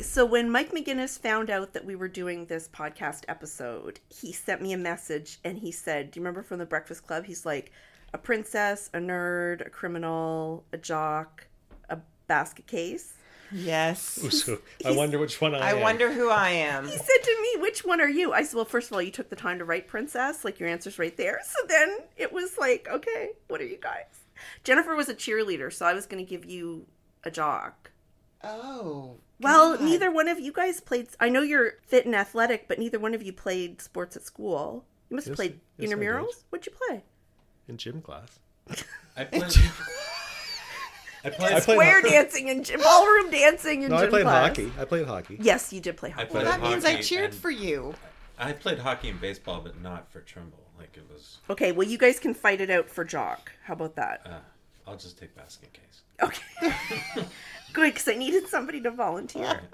So when Mike McGinnis found out that we were doing this podcast episode, he sent me a message and he said, "Do you remember from the Breakfast Club? He's like a princess, a nerd, a criminal, a jock, a basket case." Yes. Ooh, so I wonder which one I, I am. wonder who I am. He said to me, "Which one are you?" I said, "Well, first of all, you took the time to write princess. Like your answer's right there." So then it was like, "Okay, what are you guys?" Jennifer was a cheerleader, so I was going to give you a jock. Oh. Well, God. neither one of you guys played. I know you're fit and athletic, but neither one of you played sports at school. You must have Yes, played yes, I did. intramurals. What'd you play? in gym class. I played. I played. I played- Square hockey. dancing and gym, ballroom dancing and No, gym I played class. hockey. I played hockey. Yes, you did play hockey. Well, But that means I hockey cheered and- for you. I played hockey and baseball, but not for Trimble. Like it was. Okay, well, you guys can fight it out for jock. How about that? Uh, I'll just take basket case. Okay. Good, because I needed somebody to volunteer.